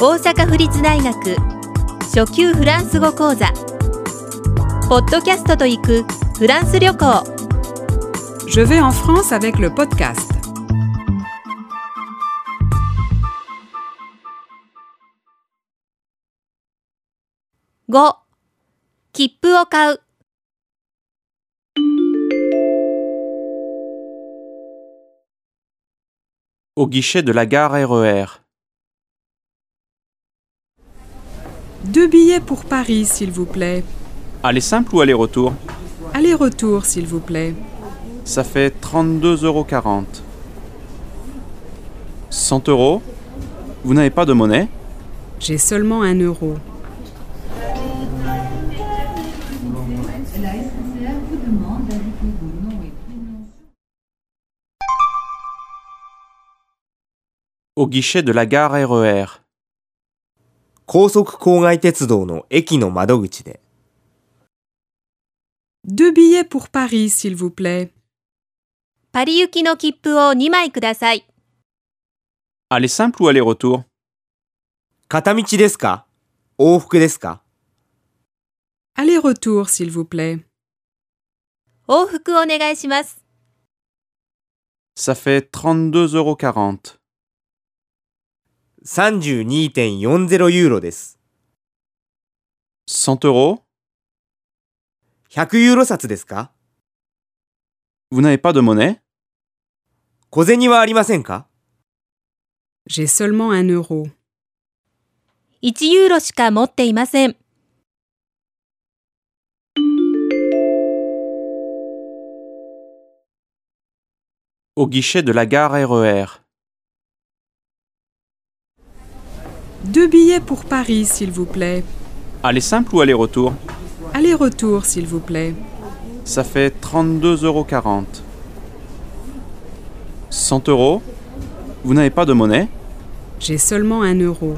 大阪府立大学初級フランス語講座ポッドキャストと行くフランス旅行 Je vais en France avec le podcast. 5切符を買う Au guichet de la gare E RER. Deux billets pour Paris, s'il vous plaît. Aller simple ou aller-retour Aller-retour, s'il vous plaît. Ça fait 32,40 euros. 100 euros Vous n'avez pas de monnaie J'ai seulement un euro. Au guichet de la gare E RER. 高速郊外鉄道の駅の窓口で Deux billets pour Paris, s'il vous plaît. パリ行きの切符を2枚ください Aller simple ou aller-retour 片道ですか往復ですか Aller-retour, s'il vous plaît. 往復お願いします Ça fait 32,40 euros. 32.40ユーロです100euros 100ユーロ札ですか Vous n'avez pas de monnaie 小銭はありませんか J'ai seulement un euro. 1ユーロしか持っていません Au guichet de la gare E RER. Deux billets pour Paris, s'il vous plaît. Aller simple ou aller-retour Aller-retour, s'il vous plaît. Ça fait 32,40 euros. 100 euros Vous n'avez pas de monnaie J'ai seulement un euro.